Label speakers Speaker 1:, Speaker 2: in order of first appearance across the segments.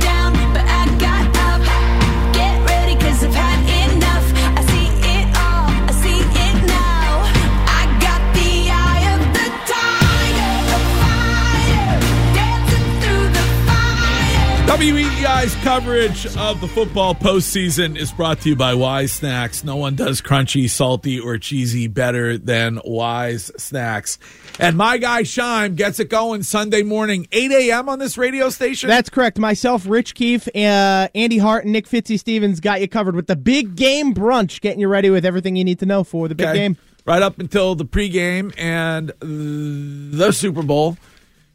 Speaker 1: down, but I got up. Get ready, cause I've had enough. I see it all, I see it now. I got the eye of the tiger, the fire, dancing through the fire.
Speaker 2: WEEI's E coverage of the football postseason is brought to you by Wise Snacks. No one does crunchy, salty, or cheesy better than Wise Snacks. And my guy Shime gets it going Sunday morning, 8 a.m. on this radio station.
Speaker 3: That's correct. Myself, Rich Keefe, uh, Andy Hart, and Nick Fitzy Stevens got you covered with the big game brunch, getting you ready with everything you need to know for the big
Speaker 2: Okay.
Speaker 3: game.
Speaker 2: Right up until the pregame and the Super Bowl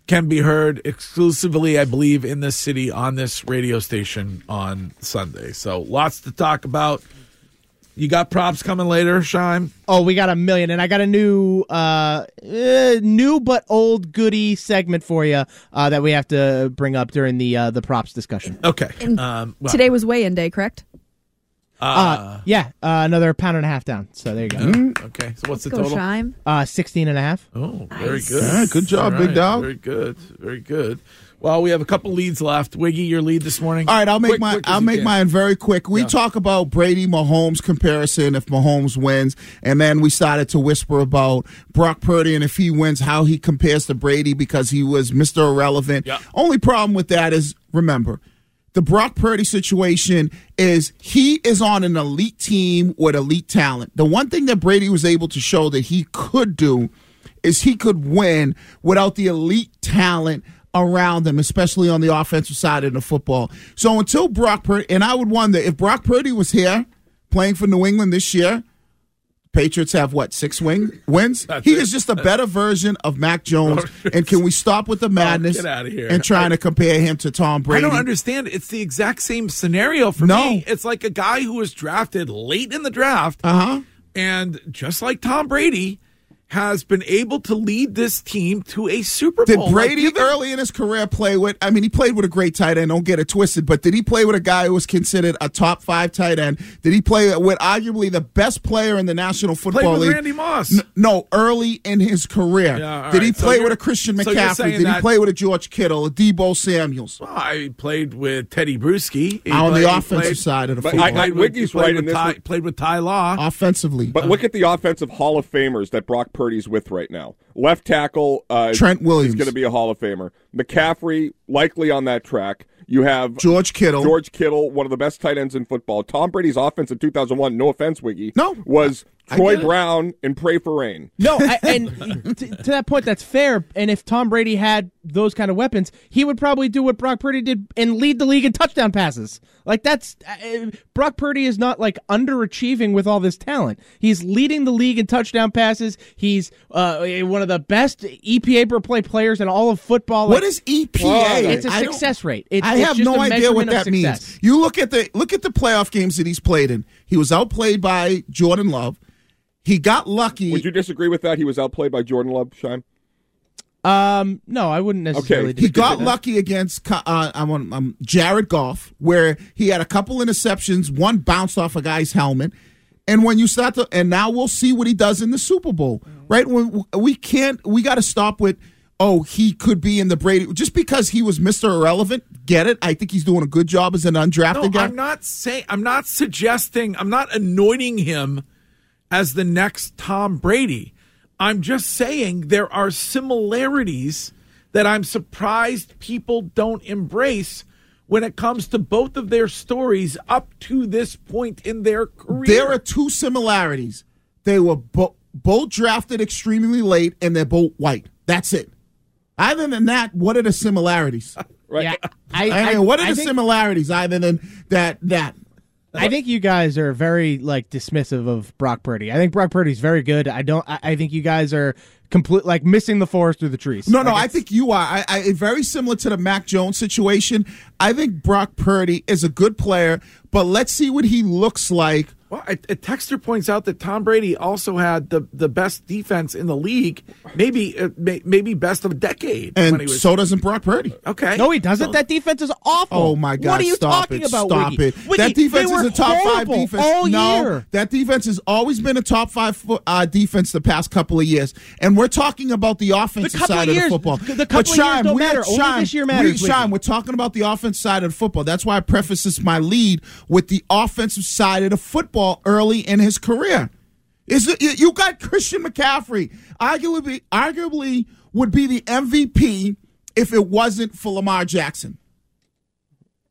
Speaker 2: can be heard exclusively, I believe, in this city on this radio station on Sunday. So lots to talk about. You got props coming later, Shime.
Speaker 3: Oh, we got a million, and I got a new, uh, eh, new but old goodie segment for you uh, that we have to bring up during the uh, the props discussion.
Speaker 2: Okay. Um, well,
Speaker 4: Today was weigh-in day, correct?
Speaker 3: Uh, yeah, uh, another pound and a half down. So there you go,
Speaker 2: Mm-hmm. Okay. So what's the
Speaker 4: Go
Speaker 2: total?
Speaker 4: Shime.
Speaker 3: uh, sixteen and a half.
Speaker 2: Oh, very
Speaker 4: Nice.
Speaker 2: good.
Speaker 5: Yeah, good job,
Speaker 2: All
Speaker 5: big dog.
Speaker 2: Very good. Very good. Well, we have a couple leads left. Wiggy, your lead this morning.
Speaker 5: All right, I'll make
Speaker 2: Quick,
Speaker 5: my
Speaker 2: quick as
Speaker 5: I'll
Speaker 2: you
Speaker 5: make
Speaker 2: can.
Speaker 5: mine very quick. We talk about Brady Mahomes comparison if Mahomes wins, and then we started to whisper about Brock Purdy and if he wins, how he compares to Brady because he was Mr. Irrelevant.
Speaker 2: Yeah.
Speaker 5: Only problem with that is remember, the Brock Purdy situation is he is on an elite team with elite talent. The one thing that Brady was able to show that he could do is he could win without the elite talent around him, especially on the offensive side in the football. So until Brock Purdy, and I would wonder if Brock Purdy was here playing for New England this year, Patriots have what six wing wins. he
Speaker 2: it.
Speaker 5: is just a better version of Mac Jones. and can we stop with the madness
Speaker 2: Oh, get outta here.
Speaker 5: and trying to compare him to Tom
Speaker 2: I
Speaker 5: Brady?
Speaker 2: don't understand. It's the exact same scenario for
Speaker 5: No.
Speaker 2: me. It's like a guy who was drafted late in the draft,
Speaker 5: Uh huh.
Speaker 2: and just like Tom Brady, has been able to lead this team to a Super
Speaker 5: Did
Speaker 2: Bowl. Like,
Speaker 5: Brady
Speaker 2: give him-
Speaker 5: early in his career play with? I mean, he played with a great tight end. Don't get it twisted. But did he play with a guy who was considered a top five tight end? Did he play with arguably the best player in the National Football
Speaker 2: Played with
Speaker 5: League?
Speaker 2: Randy Moss.
Speaker 5: N- no, early in his career.
Speaker 2: Yeah, all
Speaker 5: did he
Speaker 2: right. So
Speaker 5: play
Speaker 2: you're-
Speaker 5: with a Christian
Speaker 2: so you're
Speaker 5: McCaffrey?
Speaker 2: saying
Speaker 5: did he
Speaker 2: that-
Speaker 5: play with a George Kittle, a Debo Samuels?
Speaker 2: Well, I played with Teddy Bruschi He
Speaker 5: On the
Speaker 2: played- he
Speaker 5: offensive
Speaker 2: played-
Speaker 5: side of the
Speaker 2: He
Speaker 5: football.
Speaker 2: played
Speaker 6: I- I-
Speaker 2: with-
Speaker 6: Wiggy's
Speaker 2: played
Speaker 6: right
Speaker 2: with
Speaker 6: in this
Speaker 2: Ty-
Speaker 6: one.
Speaker 2: Played with Ty Law.
Speaker 5: Offensively,
Speaker 6: But look at the offensive Hall of Famers that Brock Purdy's with right now. Left tackle uh,
Speaker 5: Trent Williams.
Speaker 6: is going to be a Hall of Famer. McCaffrey likely on that track. You have
Speaker 5: George Kittle.
Speaker 6: George Kittle, one of the best tight ends in football. Tom Brady's offense in 2001. No offense, Wiggy.
Speaker 5: No.
Speaker 6: was Troy
Speaker 5: get it.
Speaker 6: Brown and pray for rain.
Speaker 3: No, I, and t- to that point, that's fair. And if Tom Brady had those kind of weapons, he would probably do what Brock Purdy did and lead the league in touchdown passes. Like that's uh, Brock Purdy is not like underachieving with all this talent. He's leading the league in touchdown passes. He's uh, one of the best EPA per play players in all of football.
Speaker 5: What
Speaker 3: Like,
Speaker 5: is E EPA?
Speaker 3: It's a
Speaker 5: I don't-
Speaker 3: success rate. It's,
Speaker 5: I
Speaker 3: it's
Speaker 5: have
Speaker 3: just
Speaker 5: no
Speaker 3: a
Speaker 5: idea what
Speaker 3: measurement of
Speaker 5: that means.
Speaker 3: success.
Speaker 5: You look at the look at the playoff games that he's played in. He was outplayed by Jordan Love. He got lucky.
Speaker 6: Would you disagree with that? He was outplayed by Jordan Love, Shime.
Speaker 3: Um, no, I wouldn't necessarily.
Speaker 6: Okay.
Speaker 5: he
Speaker 3: disagree
Speaker 5: got
Speaker 3: with that.
Speaker 5: lucky against Co- uh, I'm on um, Jared Goff, where he had a couple interceptions. One bounced off a guy's helmet, and when you start to, and now we'll see what he does in the Super Bowl,
Speaker 2: Mm-hmm.
Speaker 5: right? When we can't, we got to stop with. Oh, he could be in the Brady just because he was Mister Irrelevant. Get it? I think he's doing a good job as an undrafted
Speaker 2: No,
Speaker 5: guy.
Speaker 2: I'm not saying. I'm not suggesting. I'm not anointing him as the next Tom Brady. I'm just saying there are similarities that I'm surprised people don't embrace when it comes to both of their stories up to this point in their career.
Speaker 5: There are two similarities. They were bo- both drafted extremely late, and they're both white. That's it. Other than that, what are the similarities?
Speaker 6: Right.
Speaker 3: Yeah, I,
Speaker 5: I
Speaker 3: I-
Speaker 5: mean, what are
Speaker 3: I
Speaker 5: the
Speaker 3: think-
Speaker 5: similarities other than that? That
Speaker 3: I think you guys are very like dismissive of Brock Purdy. I think Brock Purdy's very good. I don't. I, I think you guys are complete like missing the forest through the trees.
Speaker 5: no, no.
Speaker 3: Like,
Speaker 5: I think you are. I, I very similar to the Mac Jones situation. I think Brock Purdy is a good player, but let's see what he looks like.
Speaker 2: Well, a, a texter points out that Tom Brady also had the, the best defense in the league, maybe uh, may, maybe best of a decade. when he
Speaker 5: And
Speaker 2: was,
Speaker 5: so doesn't Brock Purdy.
Speaker 2: okay,
Speaker 3: No, he doesn't. That defense is awful.
Speaker 5: Oh my God!
Speaker 3: What are you
Speaker 5: stop
Speaker 3: talking
Speaker 5: it,
Speaker 3: about?
Speaker 5: Stop
Speaker 3: Wiggy?
Speaker 5: it!
Speaker 3: Wiggy,
Speaker 5: that defense
Speaker 3: they
Speaker 5: is
Speaker 3: were
Speaker 5: a top five
Speaker 3: horrible
Speaker 5: defense.
Speaker 3: all
Speaker 5: no,
Speaker 3: year.
Speaker 5: that defense has always been a top five fo- uh, defense the past couple of years. And we're talking about the offensive
Speaker 3: The couple
Speaker 5: side
Speaker 3: of years-
Speaker 5: the football.
Speaker 3: the couple
Speaker 5: but
Speaker 3: of years
Speaker 5: Shime,
Speaker 3: don't
Speaker 5: we
Speaker 3: matter. Only
Speaker 5: Shime,
Speaker 3: this year
Speaker 5: we-
Speaker 3: matters, Wiggy.
Speaker 5: Shime, we're talking about the offense side of the football. That's why I prefaces my lead with the offensive side of the football early in his career. Is it, you- you got Christian McCaffrey, arguably, arguably would be the MVP if it wasn't for Lamar Jackson.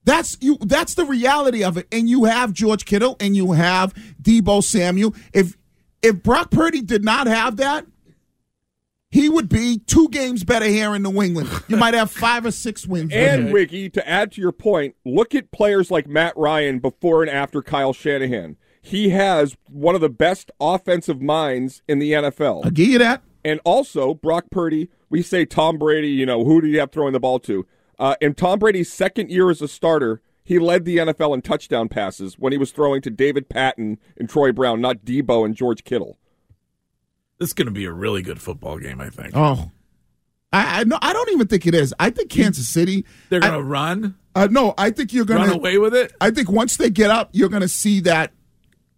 Speaker 5: That's you. That's the reality of it. And you have George Kittle, and you have Debo Samuel. If if Brock Purdy did not have that, he would be two games better here in New England. You might have five or six wins.
Speaker 6: And Wiggy, to add to your point, look at players like Matt Ryan before and after Kyle Shanahan. He has one of the best offensive minds in the NFL.
Speaker 5: I'll give you that.
Speaker 6: And also, Brock Purdy, we say Tom Brady, you know, who do you have throwing the ball to? Uh, in Tom Brady's second year as a starter, he led the NFL in touchdown passes when he was throwing to David Patton and Troy Brown, not Debo and George Kittle.
Speaker 2: this is going to be a really good football game. I think
Speaker 5: Oh, I, I no, I don't even think it is. I think Kansas City.
Speaker 2: they're going
Speaker 5: I-
Speaker 2: to run
Speaker 5: Uh, no, I think you're going
Speaker 2: run
Speaker 5: to
Speaker 2: away with it.
Speaker 5: I think once they get up, you're going to see that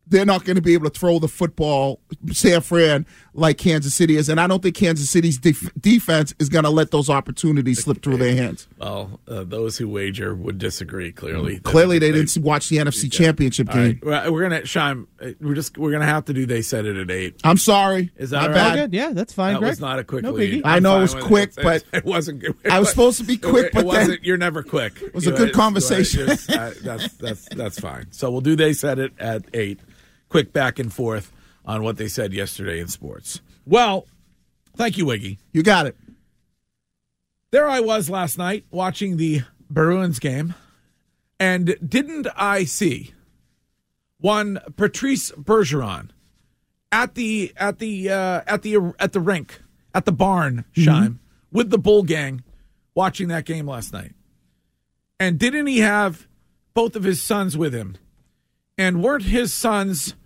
Speaker 5: they're not going to be able to throw the football San Fran like Kansas City is, and I don't think Kansas City's def- defense is going to let those opportunities slip through their hands.
Speaker 2: Well, uh, those who wager would disagree. Clearly,
Speaker 5: Mm, Clearly, they didn't watch the NFC Championship
Speaker 2: All right,
Speaker 5: game.
Speaker 2: Well, we're gonna Shime. uh, We're just we're gonna have to do. They said it at eight.
Speaker 5: I'm sorry.
Speaker 2: Is that
Speaker 5: My
Speaker 2: all right?
Speaker 3: All
Speaker 5: bad.
Speaker 3: good. Yeah, that's fine.
Speaker 2: That
Speaker 3: Greg.
Speaker 2: was not a quick
Speaker 3: No biggie.
Speaker 2: lead.
Speaker 5: I know it
Speaker 2: fine
Speaker 5: was
Speaker 2: with
Speaker 5: quick,
Speaker 2: It's-
Speaker 5: but
Speaker 2: it wasn't. good.
Speaker 5: I was supposed to be quick,
Speaker 2: it,
Speaker 5: but then-
Speaker 2: it wasn't, you're never quick. It
Speaker 5: was a good conversation.
Speaker 2: that's that's that's fine. So we'll do. They said it at eight. Quick back and forth on what they said yesterday in sports. Well, thank you, Wiggy.
Speaker 5: You got it.
Speaker 2: There I was last night watching the Bruins game, and didn't I see one Patrice Bergeron at the at the uh, at the at the rink at the barn, Shime, with the Bull Gang, watching that game last night. And didn't he have both of his sons with him? And weren't his sons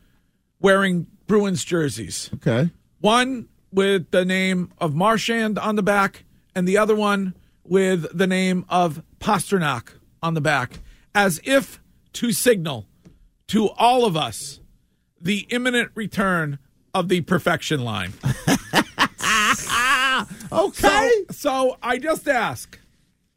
Speaker 2: wearing Bruins jerseys?
Speaker 5: Okay.
Speaker 2: One with the name of Marchand on the back, and the other one with the name of Pasternak on the back, as if to signal to all of us the imminent return of the perfection line.
Speaker 5: Okay.
Speaker 2: So I just ask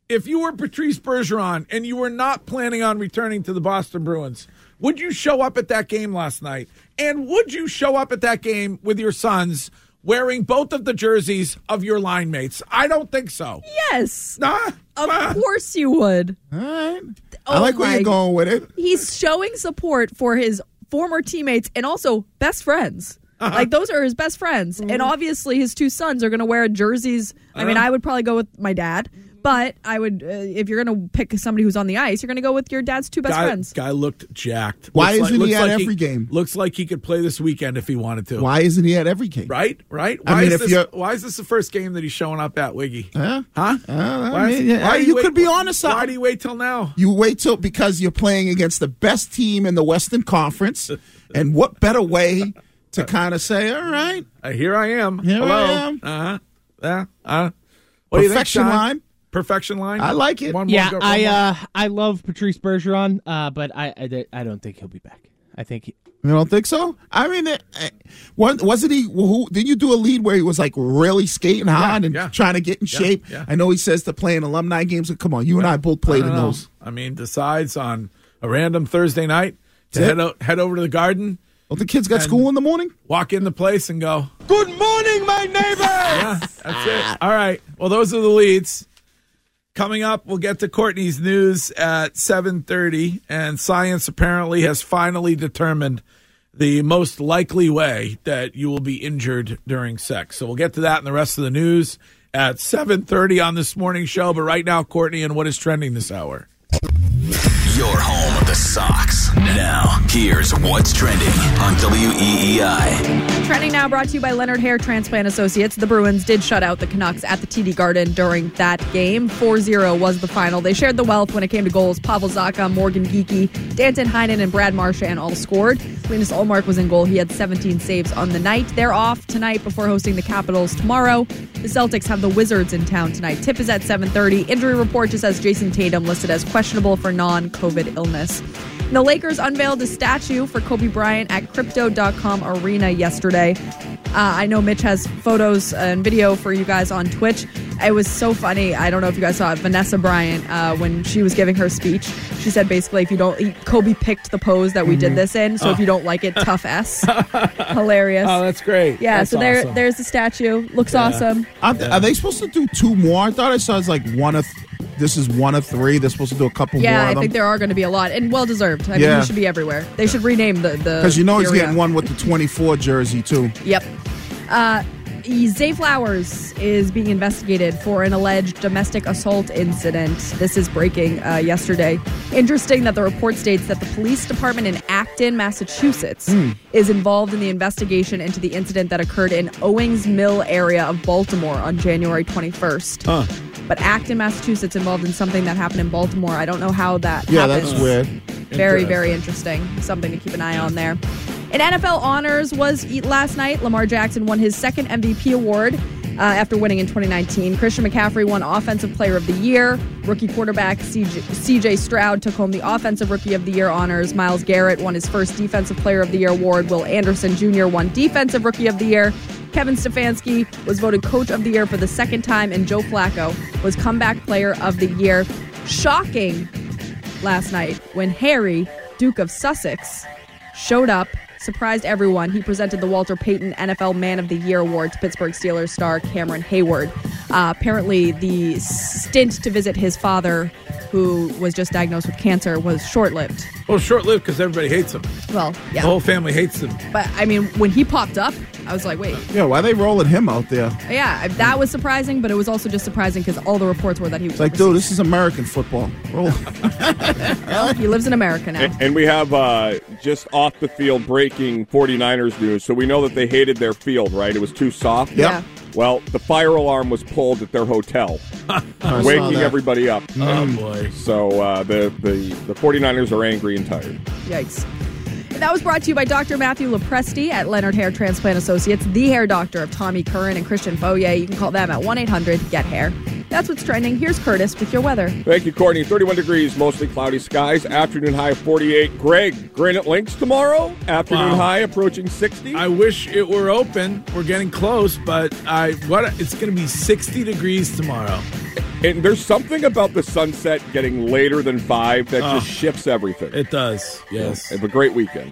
Speaker 2: if you were Patrice Bergeron and you were not planning on returning to the Boston Bruins, would you show up at that game last night? And would you show up at that game with your sons wearing both of the jerseys of your line mates? I don't think so.
Speaker 4: Yes.
Speaker 2: Nah,
Speaker 4: Of
Speaker 2: nah.
Speaker 4: course you would.
Speaker 5: All right.
Speaker 4: Oh
Speaker 5: I like where
Speaker 4: my-
Speaker 5: you're going with it.
Speaker 4: He's showing support for his former teammates and also best friends.
Speaker 5: Uh-huh.
Speaker 4: Like those are his best friends. And obviously his two sons are going to wear jerseys. I
Speaker 5: Uh-huh.
Speaker 4: mean, I would probably go with my dad, but I would uh, if you're going to pick somebody who's on the ice, you're going to go with your dad's two best
Speaker 2: Guy,
Speaker 4: friends.
Speaker 2: guy looked jacked.
Speaker 5: Why
Speaker 2: Looks
Speaker 5: isn't he
Speaker 2: looks
Speaker 5: at every game?
Speaker 2: Looks like he could play this weekend if he wanted to.
Speaker 5: Why isn't he at every game?
Speaker 2: Right, right. Why
Speaker 5: I mean,
Speaker 2: is
Speaker 5: if
Speaker 2: this,
Speaker 5: you're-
Speaker 2: why is this the first game that he's showing up at, Wiggy?
Speaker 5: Huh? Uh,
Speaker 2: Huh?
Speaker 5: I
Speaker 2: Why is-
Speaker 5: mean, yeah,
Speaker 2: why do
Speaker 5: you could be on to
Speaker 2: Why
Speaker 5: something.
Speaker 2: do you wait till now?
Speaker 5: You wait till because you're playing against the best team in the Western Conference, and what better way to kind of say, "All right,
Speaker 2: Uh, here I am.
Speaker 5: Here I
Speaker 2: Hello.
Speaker 5: am.
Speaker 2: Uh-huh. Yeah. Uh-huh. What do you think,
Speaker 5: Perfection
Speaker 2: Sean?
Speaker 5: line.
Speaker 2: Perfection line.
Speaker 5: I like it."
Speaker 2: One more
Speaker 3: Yeah,
Speaker 2: go- one
Speaker 3: I
Speaker 2: more.
Speaker 3: uh, I love Patrice Bergeron, uh, but I, I I don't think he'll be back. I think he,
Speaker 5: You don't think so? I mean, it, it- wa- wasn't he? Who did you do a lead where he was like really skating hard and
Speaker 2: yeah.
Speaker 5: trying to get in shape?
Speaker 2: yeah.
Speaker 5: I know he says to play in alumni games. But come on, you and I both
Speaker 2: I
Speaker 5: played
Speaker 2: don't
Speaker 5: in
Speaker 2: know.
Speaker 5: those.
Speaker 2: I mean, decides on a random Thursday night to
Speaker 5: That's it.
Speaker 2: head, o- head over to the garden,
Speaker 5: Don't the kids got school in the morning?
Speaker 2: walk in the place, and go.
Speaker 7: Good morning, my neighbor.
Speaker 2: Yeah, that's it. All right. Well, those are the leads. Coming up, we'll get to Courtney's news at 7:30 and science apparently has finally determined the most likely way that you will be injured during sex. So we'll get to that and the rest of the news at 7.30 on this morning show. But right now, Courtney, and what is trending this hour?
Speaker 8: Your home of the Sox. Now, here's what's trending on WEEI.
Speaker 4: Trending now brought to you by Leonard Hair Transplant Associates. The Bruins did shut out the Canucks at the TD Garden during that game. 4 0 was the final. They shared the wealth when it came to goals. Pavel Zaka, Morgan Geeky, Danton Heinen, and Brad Marchand all scored. Linus Olmark was in goal. He had 17 saves on the night. They're off tonight before hosting the Capitals tomorrow. The Celtics have the Wizards in town tonight. Tip is at 7.30. Injury report just has Jason Tatum listed as questionable for non COVID illness. And The Lakers unveiled a statue for Kobe Bryant at Crypto.com Arena yesterday. Uh, I know Mitch has photos and video for you guys on Twitch. It was so funny. I don't know if you guys saw it. Vanessa Bryant, uh, when she was giving her speech, she said basically, if you don't, he- Kobe picked the pose that we
Speaker 2: Mm-hmm.
Speaker 4: did this in. So if you don't like it, tough S. Hilarious.
Speaker 2: Oh, that's great.
Speaker 4: yeah,
Speaker 2: That's
Speaker 4: so there,
Speaker 2: awesome.
Speaker 4: there's the statue. Looks awesome.
Speaker 5: Are, th- are they supposed to do two more? I thought I saw it's like one of. Th- this is one of three. They're supposed to do a couple
Speaker 4: Yeah,
Speaker 5: more
Speaker 4: I
Speaker 5: of
Speaker 4: think
Speaker 5: them
Speaker 4: there are going to be a lot, and well deserved. I mean,
Speaker 5: Yeah.
Speaker 4: he should be everywhere. They should rename the the
Speaker 5: because you know he's
Speaker 4: area.
Speaker 5: getting one with the twenty four jersey too.
Speaker 4: Yep. Uh, Zay Flowers is being investigated for an alleged domestic assault incident. This is breaking uh, yesterday. Interesting that the report states that the police department in Acton, Massachusetts,
Speaker 5: Hmm.
Speaker 4: is involved in the investigation into the incident that occurred in Owings Mill area of Baltimore on January 21st. But Acton, Massachusetts, involved in something that happened in Baltimore. I don't know how that.
Speaker 5: Yeah,
Speaker 4: happens.
Speaker 5: that's weird.
Speaker 4: Very, very interesting. Something to keep an eye on there. And NFL honors was eat last night. Lamar Jackson won his second MVP award uh, after winning in 2019. Christian McCaffrey won Offensive Player of the Year. Rookie quarterback CJ, CJ Stroud took home the Offensive Rookie of the Year honors. Miles Garrett won his first Defensive Player of the Year award. Will Anderson Jr. won Defensive Rookie of the Year. Kevin Stefanski was voted Coach of the Year for the second time, and Joe Flacco was Comeback Player of the Year. Shocking last night when Harry, Duke of Sussex, showed up, surprised everyone. He presented the Walter Payton NFL Man of the Year award to Pittsburgh Steelers star Cameron Hayward. Uh, apparently, the stint to visit his father, who was just diagnosed with cancer, was short lived.
Speaker 2: Well, short lived because everybody hates him.
Speaker 4: Well,
Speaker 2: The
Speaker 4: yeah. Mm.
Speaker 2: whole family hates him.
Speaker 4: But I mean, when he popped up, I was like, wait,
Speaker 5: Yeah, why are they rolling him out there?
Speaker 4: yeah, that was surprising, but it was also just surprising because all the reports were that he was
Speaker 5: It's like, dude, this is American football. Roll.
Speaker 4: He lives in America now.
Speaker 6: And we have uh, just off the field breaking 49ers news. So we know that they hated their field, right? It was too soft.
Speaker 4: Yeah.
Speaker 6: Well, the fire alarm was pulled at their hotel,
Speaker 5: I saw
Speaker 6: waking
Speaker 5: that. Mm.
Speaker 6: everybody up.
Speaker 2: Oh, boy.
Speaker 6: So uh, the, the, the 49ers are angry and tired.
Speaker 4: Yikes. And That was brought to you by Dr. Matthew Lepresti at Leonard Hair Transplant Associates, the hair doctor of Tommy Curran and Christian Foyer. You can call them at 1 800 GET HAIR. That's what's trending. Here's Curtis with your weather.
Speaker 6: Thank you, Courtney. 31 degrees, mostly cloudy skies. Afternoon high of 48. Greg, Granite Links tomorrow. Afternoon
Speaker 2: Wow.
Speaker 6: high approaching 60.
Speaker 2: I wish it were open. We're getting close, but I what it's going to be 60 degrees tomorrow.
Speaker 6: and there's something about the sunset getting later than 5 that just shifts everything.
Speaker 2: It does. Yes.
Speaker 6: Have a great weekend.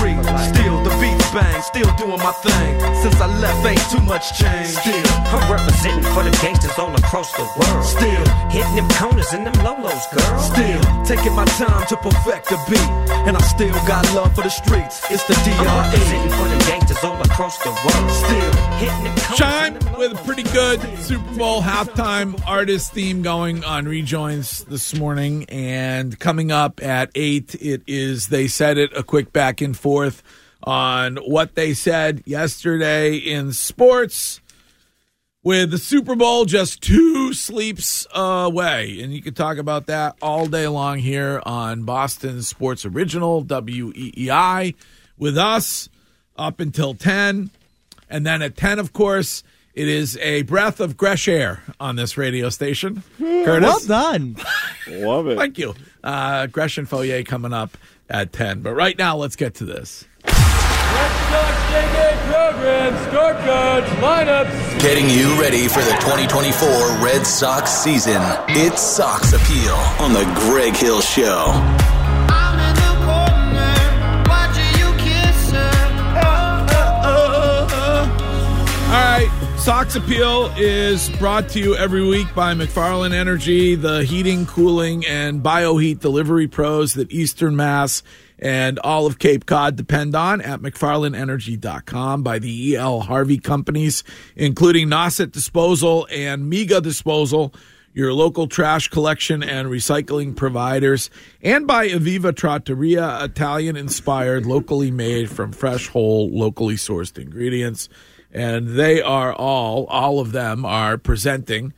Speaker 9: three. Still the beats bang, still doing my thing. Since I left, ain't too much change. Still,
Speaker 10: I'm representing for the gangsters all across the world.
Speaker 9: Still,
Speaker 10: hitting them corners and them lolos, girl.
Speaker 9: Still, taking my time to perfect the beat. And I still got love for the streets. It's the E. DRE.
Speaker 10: I'm representing for the gangsters all across the world.
Speaker 9: Still,
Speaker 10: hitting them corners.
Speaker 2: Chime with a pretty good Super Bowl halftime artist theme going on Rejoins this morning. And coming up at 8, it is They Said It, a quick back and forth on what they said yesterday in sports. With the Super Bowl just two sleeps away. And you can talk about that all day long here on Boston Sports Original, WEEI, with us up until 10. And then at 10, of course, it is a breath of fresh air on this radio station.
Speaker 3: Hmm,
Speaker 2: Curtis.
Speaker 3: Well done.
Speaker 6: Love it.
Speaker 2: Thank you. Uh, Gresham Foyer coming up at 10. But right now, let's get to this.
Speaker 7: Program, scorecards, lineups.
Speaker 8: Getting you ready for the 2024 Red Sox season. It's Sox Appeal on the Greg Hill Show.
Speaker 2: All right. Sox Appeal is brought to you every week by McFarland Energy, the heating, cooling, and bioheat delivery pros that Eastern Mass and all of Cape Cod depend on at McFarlandEnergy.com by the E.L. Harvey companies, including Nauset Disposal and Mega Disposal, your local trash collection and recycling providers, and by Aviva Trattoria, Italian inspired, locally made from fresh, whole, locally sourced ingredients and they are all, all of them are presenting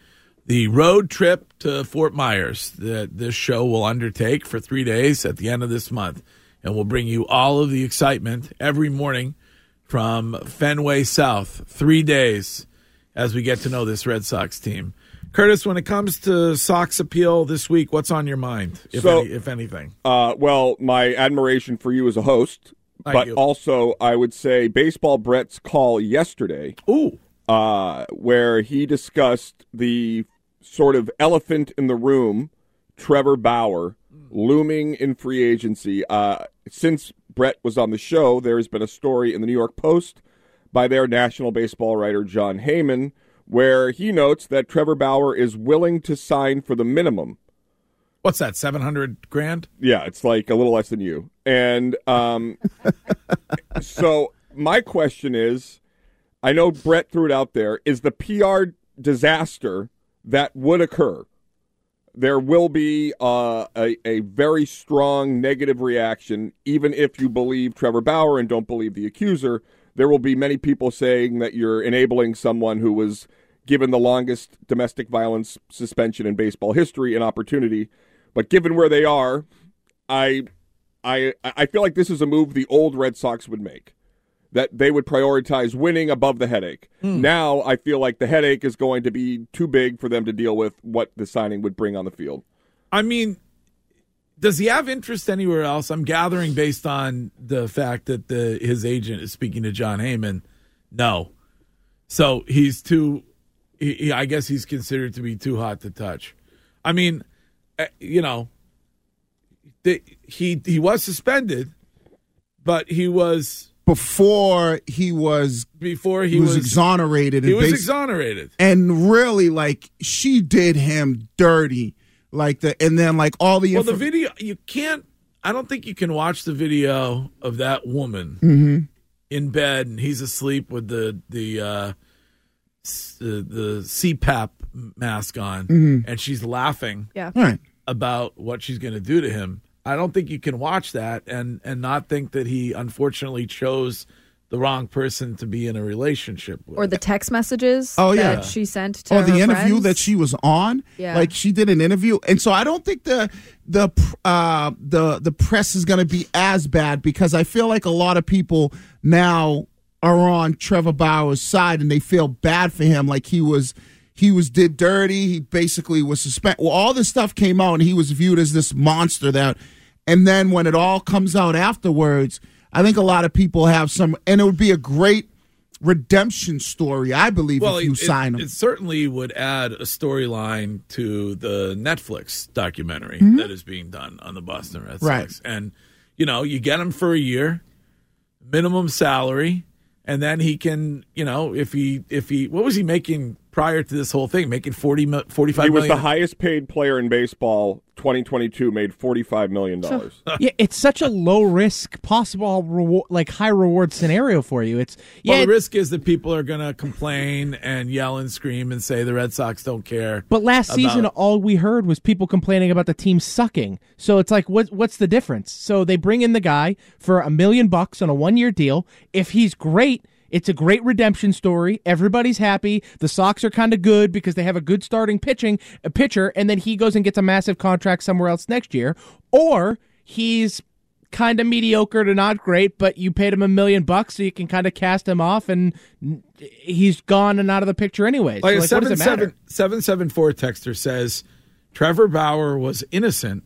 Speaker 2: the road trip to Fort Myers that this show will undertake for three days at the end of this month. And we'll bring you all of the excitement every morning from Fenway South, three days as we get to know this Red Sox team. Curtis, when it comes to Sox appeal this week, what's on your mind, if,
Speaker 6: So-
Speaker 2: any, if anything?
Speaker 6: Uh, well, my admiration for you as a host,
Speaker 2: Thank
Speaker 6: but
Speaker 2: you.
Speaker 6: also I would say baseball Brett's call yesterday,
Speaker 2: Ooh.
Speaker 6: uh, where he discussed the sort of elephant in the room, Trevor Bauer looming in free agency. Uh, since Brett was on the show, there has been a story in the New York Post by their national baseball writer John Heyman, where he notes that Trevor Bauer is willing to sign for the minimum.
Speaker 2: What's that, 700 grand?
Speaker 6: Yeah, it's like a little less than you. And um, so my question is, I know Brett threw it out there. Is the PR disaster that would occur? There will be uh, a a very strong negative reaction, even if you believe Trevor Bauer and don't believe the accuser. There will be many people saying that you're enabling someone who was given the longest domestic violence suspension in baseball history an opportunity. But given where they are, I I I feel like this is a move the old Red Sox would make. That they would prioritize winning above the headache.
Speaker 5: Hmm.
Speaker 6: Now I feel like the headache is going to be too big for them to deal with what the signing would bring on the field.
Speaker 2: I mean, does he have interest anywhere else? I'm gathering based on the fact that the his agent is speaking to John Heyman. No, so he's too. He, he- I guess he's considered to be too hot to touch. I mean, eh, you know, the, he he was suspended, but he was
Speaker 5: Before he was
Speaker 2: before he
Speaker 5: was,
Speaker 2: was
Speaker 5: exonerated.
Speaker 2: He
Speaker 5: and
Speaker 2: was
Speaker 5: bas-
Speaker 2: exonerated.
Speaker 5: And really, like she did him dirty. Like the and then like all the
Speaker 2: Well, the
Speaker 5: infor-
Speaker 2: video you can't. I don't think you can watch the video of that woman
Speaker 5: Mhm.
Speaker 2: in bed and he's asleep with the the uh, s- the, the CPAP mask on,
Speaker 5: Mhm.
Speaker 2: and she's laughing
Speaker 4: Yeah.
Speaker 5: Right.
Speaker 2: about what she's going to do to him. I don't think you can watch that and and not think that he unfortunately chose the wrong person to be in a relationship with.
Speaker 4: Or the text messages
Speaker 5: Oh, yeah.
Speaker 4: that she sent to
Speaker 5: or the
Speaker 4: her
Speaker 5: interview
Speaker 4: friends.
Speaker 5: that she was on.
Speaker 4: Yeah.
Speaker 5: Like she did an interview, and so I don't think the the uh, the the press is going to be as bad because I feel like a lot of people now are on Trevor Bauer's side and they feel bad for him, like he was. He was did dirty. He basically was suspended. Well, all this stuff came out, and he was viewed as this monster that. And then when it all comes out afterwards, I think a lot of people have some, and it would be a great redemption story, I believe, if you
Speaker 2: it,
Speaker 5: sign him.
Speaker 2: it certainly would add a storyline to the Netflix documentary that is being done on the Boston Red Sox.
Speaker 5: Right.
Speaker 2: And you know, you get him for a year, minimum salary, and then he can, you know, if he if he what was he making prior to this whole thing? Making 40 mil- 45
Speaker 6: He was the
Speaker 2: million?
Speaker 6: highest paid player in baseball. 2022 made 45 million dollars.
Speaker 3: yeah, it's such a low risk, possible reward, like high reward scenario for you. It's yeah,
Speaker 2: well, the risk is that people are going to complain and yell and scream and say the Red Sox don't care.
Speaker 3: But last
Speaker 2: about
Speaker 3: season,
Speaker 2: it.
Speaker 3: all we heard was people complaining about the team sucking. So it's like, what, what's the difference? So they bring in the guy for a million bucks on a one year deal. If he's great, it's a great redemption story. Everybody's happy. The Sox are kind of good because they have a good starting pitching a pitcher, and then he goes and gets a massive contract somewhere else next year. Or he's kind of mediocre to not great, but you paid him a million bucks, so you can kind of cast him off, and n- he's gone and out of the picture anyway.
Speaker 2: Like,
Speaker 3: so
Speaker 2: a
Speaker 3: like what does
Speaker 2: seven
Speaker 3: it matter?
Speaker 2: seven seven seven four texter says, Trevor Bauer was innocent.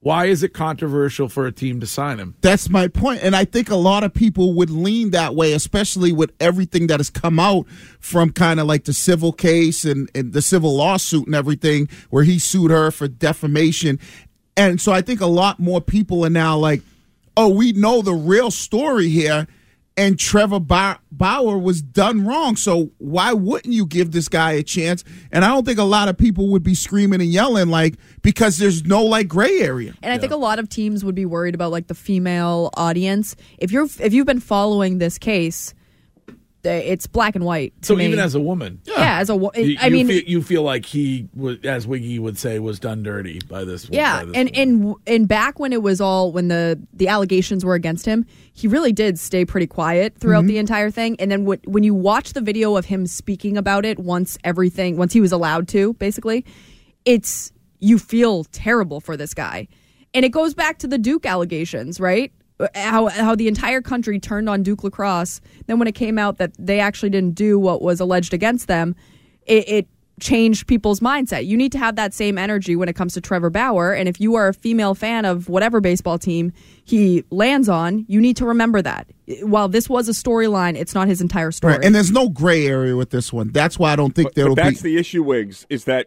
Speaker 2: Why is it controversial for a team to sign him?
Speaker 5: That's my point. And I think a lot of people would lean that way, especially with everything that has come out from kind of like the civil case and, and the civil lawsuit and everything, where he sued her for defamation. And so I think a lot more people are now like, oh, we know the real story here. And Trevor Bau- Bauer was done wrong. So why wouldn't you give this guy a chance? And I don't think a lot of people would be screaming and yelling, like, because there's no like gray area.
Speaker 4: And I think a lot of teams would be worried about like the female audience. If you're if you've been following this case, uh, it's black and white. to
Speaker 2: So
Speaker 4: me.
Speaker 2: even as a woman,
Speaker 4: Yeah, as a wo-
Speaker 2: you,
Speaker 4: I
Speaker 2: you
Speaker 4: mean-
Speaker 2: feel, you feel like he was, as Wiggy would say, was done dirty by this.
Speaker 4: yeah,
Speaker 2: by this
Speaker 4: and and and back when it was all when the the allegations were against him, he really did stay pretty quiet throughout
Speaker 11: Mhm.
Speaker 2: Mm-hmm.
Speaker 4: the entire thing. And then wh- when you watch the video of him speaking about it, once everything, once he was allowed to, basically, it's you feel terrible for this guy, and it goes back to the Duke allegations, right? Uh, How how the entire country turned on Duke lacrosse. Then when it came out that they actually didn't do what was alleged against them, it, it changed people's mindset. You need to have that same energy when it comes to Trevor Bauer. And if you are a female fan of whatever baseball team he lands on, you need to remember that. While this was a storyline, it's not his entire story.
Speaker 5: Right. And there's no gray area with this one. That's why I don't think there'll
Speaker 6: But
Speaker 5: be.
Speaker 6: that's the issue, Wiggs, is that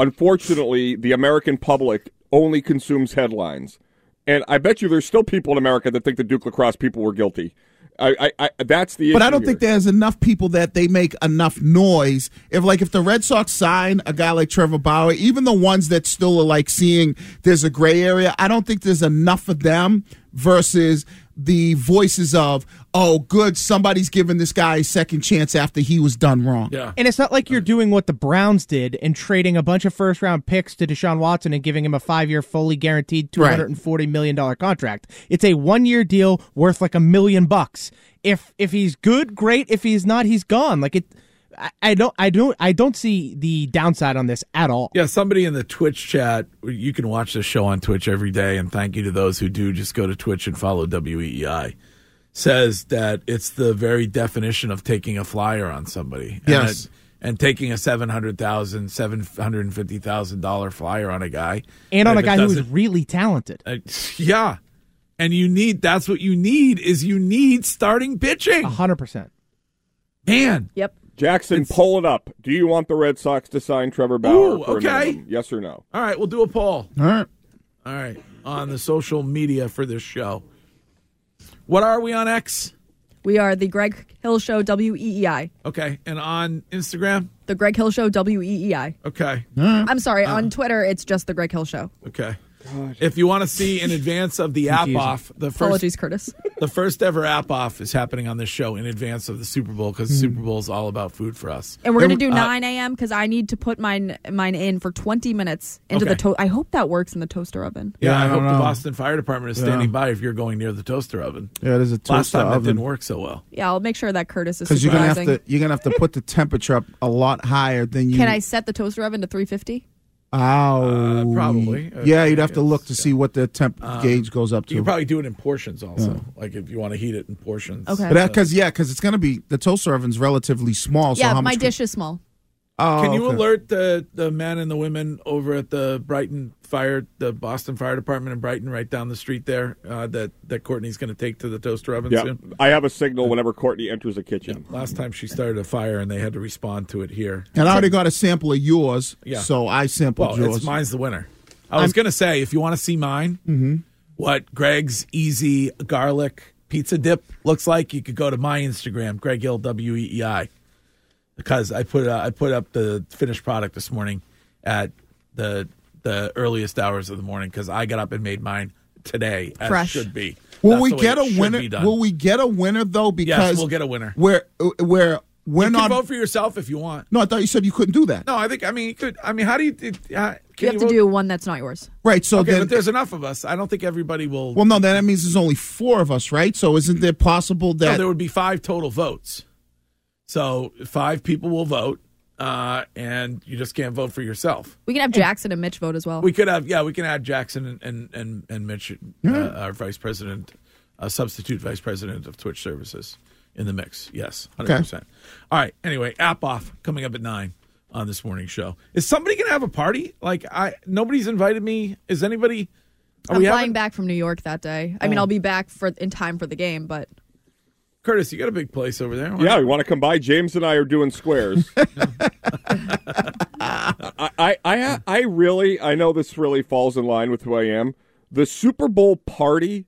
Speaker 6: unfortunately the American public only consumes headlines. And I bet you there's still people in America that think the Duke lacrosse people were guilty. I, I, I that's the issue.
Speaker 5: but I don't
Speaker 6: here.
Speaker 5: think there's enough people that they make enough noise. If like if the Red Sox sign a guy like Trevor Bauer, even the ones that still are like seeing there's a gray area, I don't think there's enough of them versus the voices of oh good somebody's giving this guy a second chance after he was done wrong.
Speaker 2: Yeah.
Speaker 3: And it's not like
Speaker 2: Oh.
Speaker 3: you're doing what the Browns did and trading a bunch of first round picks to Deshaun Watson and giving him a five year fully guaranteed two
Speaker 5: Right.
Speaker 3: hundred and forty million dollar contract. It's a one year deal worth like a million bucks. If if he's good, great. If he's not, he's gone. Like it I, I don't I don't I don't see the downside on this at all.
Speaker 2: Yeah, somebody in the Twitch chat, you can watch the show on Twitch every day, and thank you to those who do. Just go to Twitch and follow WEEI. Says that it's the very definition of taking a flyer on somebody. And
Speaker 5: Yes.
Speaker 2: that- and taking a $700,000, $750,000 flyer on a guy.
Speaker 3: And on a
Speaker 2: if it
Speaker 3: guy who is
Speaker 2: doesn't-
Speaker 3: really talented.
Speaker 2: uh, yeah. And you need, that's what you need, is you need starting pitching.
Speaker 3: hundred percent.
Speaker 2: Man.
Speaker 4: Yep.
Speaker 6: Jackson, pull it up. Do you want the Red Sox to sign Trevor Bauer?
Speaker 2: Ooh,
Speaker 6: for a
Speaker 2: okay.
Speaker 6: minimum? Yes or no?
Speaker 2: All right, we'll do a poll.
Speaker 5: All right.
Speaker 2: All right. On the social media for this show. What are we on X?
Speaker 4: we are the Greg Hill Show W E E I.
Speaker 2: Okay. And on Instagram?
Speaker 4: The Greg Hill Show W E E I.
Speaker 2: Okay.
Speaker 4: I'm sorry, on Twitter it's just the Greg Hill Show.
Speaker 2: Okay. If you want to see in advance of the app
Speaker 4: Confusing.
Speaker 2: off, the first
Speaker 4: Apologies, Curtis.
Speaker 2: the first ever app off is happening on this show in advance of the Super Bowl because
Speaker 5: Mm-hmm.
Speaker 2: Super Bowl is all about food for us.
Speaker 4: And we're gonna do
Speaker 2: Uh,
Speaker 4: 9 a.m. because I need to put mine mine in for 20 minutes into
Speaker 2: Okay.
Speaker 4: the to- I hope that works in the toaster oven.
Speaker 2: Yeah, I, hope
Speaker 5: don't
Speaker 2: the
Speaker 5: know.
Speaker 2: Boston Fire Department is
Speaker 5: Yeah.
Speaker 2: standing by if you're going near the toaster oven.
Speaker 5: Yeah, there's a
Speaker 2: Last
Speaker 5: toaster
Speaker 2: time that
Speaker 5: oven.
Speaker 2: didn't work so well.
Speaker 4: Yeah, I'll make sure that Curtis is
Speaker 5: Because you're gonna have
Speaker 4: supervising.
Speaker 5: to you're gonna have to put the temperature up a lot higher than you.
Speaker 4: Can I set the toaster oven to 350?
Speaker 5: Oh,
Speaker 2: probably. Uh,
Speaker 5: Yeah, you'd have to look to see what the temp
Speaker 2: Um,
Speaker 5: gauge goes up to.
Speaker 2: You can probably do it in portions also, like if you want to heat it in portions.
Speaker 5: But that because yeah, because it's gonna be the toaster oven's relatively small. So
Speaker 4: yeah,
Speaker 5: how
Speaker 4: my
Speaker 5: much
Speaker 4: dish is small.
Speaker 5: Oh,
Speaker 2: Can you
Speaker 5: okay.
Speaker 2: alert the, the men and the women over at the Brighton Fire, the Boston Fire Department in Brighton, right down the street there, uh, that that Courtney's going to take to the toaster oven
Speaker 6: Yeah.
Speaker 2: soon?
Speaker 6: I have a signal whenever Courtney enters the kitchen.
Speaker 2: Last time she started a fire and they had to respond to it here.
Speaker 5: And I already got a sample of yours.
Speaker 2: Yeah.
Speaker 5: So I sampled
Speaker 2: Well,
Speaker 5: yours.
Speaker 2: it's mine's the winner.
Speaker 5: I'm-
Speaker 2: I was
Speaker 5: Mm-hmm.
Speaker 2: going to say if you want to see mine,
Speaker 5: Mhm.
Speaker 2: what Greg's easy garlic pizza dip looks like, you could go to my Instagram, Greg Hill W E E I, because I put uh, I put up the finished product this morning at the the earliest hours of the morning because I got up and made mine today as
Speaker 5: Fresh.
Speaker 2: should be.
Speaker 5: Will
Speaker 2: That's
Speaker 5: we
Speaker 2: the way
Speaker 5: get
Speaker 2: it
Speaker 5: a
Speaker 2: should
Speaker 5: winner?
Speaker 2: be done.
Speaker 5: Will we get a winner though?
Speaker 2: Yes,
Speaker 5: Because
Speaker 2: we'll get a winner.
Speaker 5: We're uh, we're we're
Speaker 2: you
Speaker 5: not.
Speaker 2: can vote for yourself if you want.
Speaker 5: No, I thought you said you couldn't do that.
Speaker 2: No, I think I mean you could. I mean, how do you? It, uh, can
Speaker 4: you have to
Speaker 2: vote?
Speaker 4: do one that's not yours.
Speaker 5: Right. So
Speaker 2: okay,
Speaker 5: then,
Speaker 2: but there's enough of us. I don't think everybody will.
Speaker 5: well, no, then that means there's only four of us, right? So isn't it possible
Speaker 2: No,
Speaker 5: that
Speaker 2: there would be five total votes. So five people will vote, uh, and you just can't vote for yourself.
Speaker 4: We can have Jackson and Mitch vote as well.
Speaker 2: We could have, yeah, we can add Jackson and and and, and Mitch, uh, our vice president, uh, substitute vice president of Twitch services, in the mix. Yes, hundred percent. All right. Anyway, app off coming up at nine on this morning's show. Is somebody gonna have a party? Like I, nobody's invited me. Is anybody? Are
Speaker 4: I'm
Speaker 2: we
Speaker 4: flying
Speaker 2: having
Speaker 4: back from New York that day. I mean,
Speaker 2: Oh.
Speaker 4: I'll be back for in time for the game, but
Speaker 2: Curtis? You got a big place over there. Why
Speaker 6: Yeah,
Speaker 2: not?
Speaker 6: we want to come by. James and I are doing squares. I, I, I, I really, I know this really falls in line with who I am. The Super Bowl party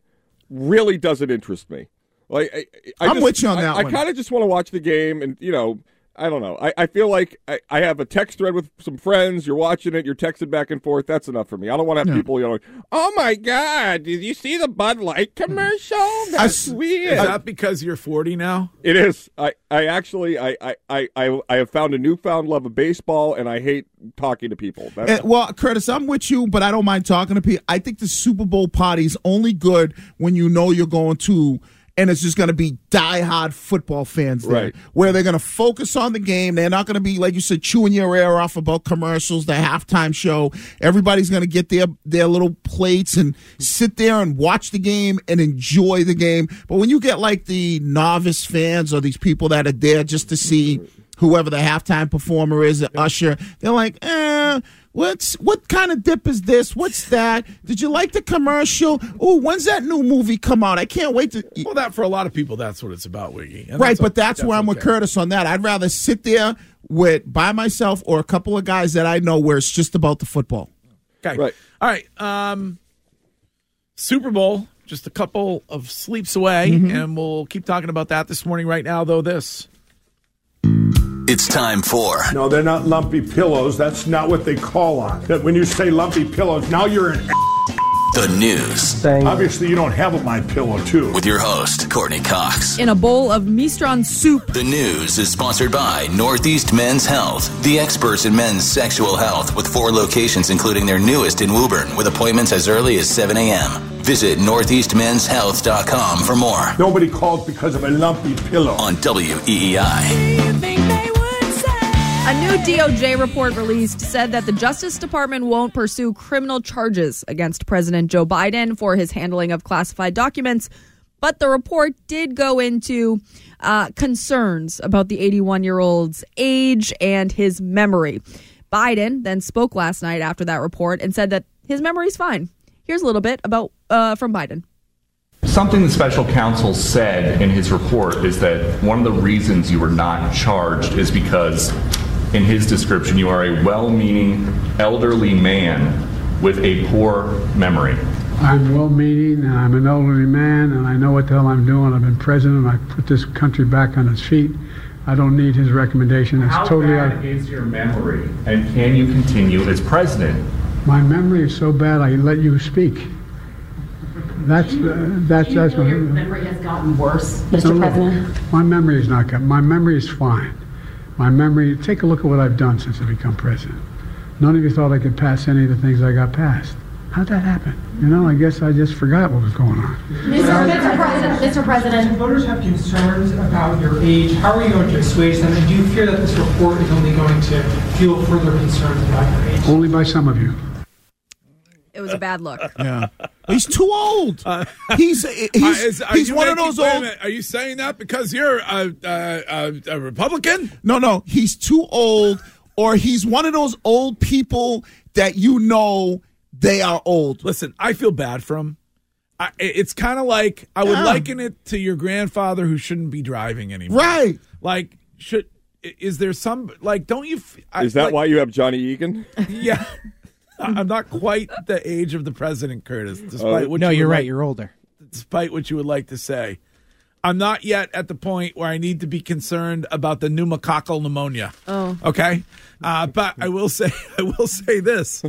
Speaker 6: really doesn't interest me. Like, I, I
Speaker 5: I'm
Speaker 6: just-
Speaker 5: with you on
Speaker 6: I-
Speaker 5: that
Speaker 6: I,
Speaker 5: one.
Speaker 6: kind of just want to watch the game, and you know, I don't know. I, I feel like I, I have a text thread with some friends. You're watching it. You're texting back and forth. That's enough for me. I don't want to have people yelling, "Oh my God, did you see the Bud Light commercial?" That's weird.
Speaker 2: Is that because you're 40 now?
Speaker 6: It is. I, I actually I, I, I, I I have found a newfound love of baseball and I hate talking to people.
Speaker 5: Eh,
Speaker 6: That's,
Speaker 5: well, Curtis, I'm with you, but I don't mind talking to people. I think the Super Bowl party is only good when you know you're going to, and it's just going to be diehard football fans there,
Speaker 6: Right.
Speaker 5: where they're going to focus on the game. They're not going to be like you said, chewing your ear off about commercials, the halftime show. Everybody's going to get their their little plates and sit there and watch the game and enjoy the game. But when you get like the novice fans or these people that are there just to see whoever the halftime performer is, the usher. They're like, eh, what's what kind of dip is this? What's that? Did you like the commercial? Oh, when's that new movie come out? I can't wait to.
Speaker 2: Well, that for a lot of people, that's what it's about, Wiggy. And
Speaker 5: right,
Speaker 2: that's
Speaker 5: but
Speaker 2: o-
Speaker 5: that's, where I'm with
Speaker 2: okay.
Speaker 5: Curtis on that. I'd rather sit there with by myself or a couple of guys that I know where it's just about the football.
Speaker 2: Okay. Right. All right. Um, Super Bowl, just a couple of sleeps away,
Speaker 5: Mm-hmm.
Speaker 2: and we'll keep talking about that this morning. Right now, though, this.
Speaker 8: It's time for
Speaker 11: No, they're not lumpy pillows. That's not what they call on. That when you say lumpy pillows, now you're an.
Speaker 8: the news
Speaker 11: Obviously, you don't have a my pillow too.
Speaker 8: with your host, Courtney Cox.
Speaker 4: in a bowl of Mistron soup.
Speaker 8: The news is sponsored by Northeast Men's Health, the experts in men's sexual health, with four locations, including their newest in Woburn, with appointments as early as 7 a.m. Visit northeastmenshealth.com for more
Speaker 11: Nobody calls because of a lumpy pillow.
Speaker 8: on E WEEI.
Speaker 4: A new DOJ report released said that the Justice Department won't pursue criminal charges against President Joe Biden for his handling of classified documents. But the report did go into uh, concerns about the 81 year old's age and his memory. Biden then spoke last night after that report and said that his memory's fine. Here's a little bit about uh, from Biden.
Speaker 12: Something the special counsel said in his report is that one of the reasons you were not charged is because, in his description, you are a well meaning elderly man with a poor memory.
Speaker 13: I'm well meaning and I'm an elderly man and I know what the hell I'm doing. I've been president. I put this country back on its feet. I don't need his recommendation. It's
Speaker 12: How
Speaker 13: totally out.
Speaker 12: bad is your memory, and can you continue as president?
Speaker 13: My memory is so bad I let you speak. That's uh, that's that's what.
Speaker 14: memory has gotten worse,
Speaker 13: No, look, My memory is not good. My memory is fine. My memory. Take a look at what I've done since I become president. None of you thought I could pass any of the things I got passed. How'd that happen? You know, I guess I just forgot what was going on.
Speaker 14: Mr. Mr. President, Mr. President.
Speaker 15: Voters have concerns about your age. How are you going to assuage them? And do you fear that this report is only going to fuel further concerns about your age?
Speaker 13: Only by some of you.
Speaker 4: It was a bad look.
Speaker 5: Yeah, he's too old. He's
Speaker 2: Uh,
Speaker 5: he's,
Speaker 2: is- are
Speaker 5: he's
Speaker 2: you
Speaker 5: one of
Speaker 2: making-
Speaker 5: those
Speaker 2: wait a
Speaker 5: old.
Speaker 2: minute, Are you saying that because you're a, a, a, a Republican?
Speaker 5: No, no, he's too old, or he's one of those old people that you know they are old.
Speaker 2: Listen, I feel bad for him. I, it's kind of like I would
Speaker 5: Yeah.
Speaker 2: liken it to your grandfather who shouldn't be driving anymore.
Speaker 5: Right.
Speaker 2: Like, should i- is there some like? Don't you? f- I-
Speaker 6: is that
Speaker 2: like-
Speaker 6: why you have Johnny Egan?
Speaker 2: Yeah. I- I'm not quite the age of the president, Curtis. Despite
Speaker 6: Oh.
Speaker 2: what
Speaker 3: No,
Speaker 2: you would
Speaker 3: you're right,
Speaker 2: like-
Speaker 3: you're older.
Speaker 2: Despite what you would like to say, I'm not yet at the point where I need to be concerned about the pneumococcal pneumonia.
Speaker 4: Oh.
Speaker 2: Okay. Uh, but I will say, I will say this: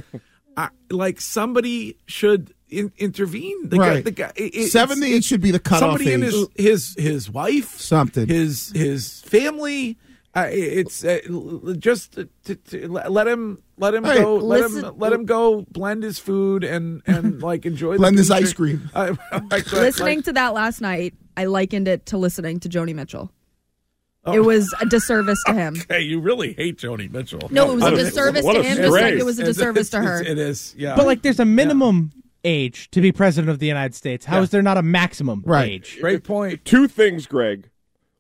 Speaker 2: I, like somebody should in, intervene. The guy,
Speaker 5: Right.
Speaker 2: the guy, it- it's-
Speaker 5: Seventy-eight should be the cutoff
Speaker 2: somebody
Speaker 5: age.
Speaker 2: and his his his wife,
Speaker 5: Something.
Speaker 2: his his family. Uh, it's uh, l- l- just to, to, to let let him let him
Speaker 5: Hey,
Speaker 2: go let him
Speaker 5: listen-
Speaker 2: let him go blend his food and and like enjoy
Speaker 5: Blend
Speaker 2: the
Speaker 5: his
Speaker 2: food
Speaker 5: ice
Speaker 2: drink.
Speaker 5: cream.
Speaker 2: I- like, like-
Speaker 4: listening
Speaker 2: like-
Speaker 4: to that last night, I likened it to listening to Joni Mitchell. It was a disservice to him.
Speaker 2: Hey, you really hate Joni Mitchell.
Speaker 4: No, it was a What a- disservice what to a him, just like disgrace. it was a
Speaker 2: It is-
Speaker 4: disservice to her.
Speaker 2: It is, yeah.
Speaker 3: But like, there's a minimum age to be president of the United States. How is
Speaker 6: Yeah.
Speaker 3: there not a maximum age?
Speaker 2: Great point.
Speaker 6: Two things, Greg.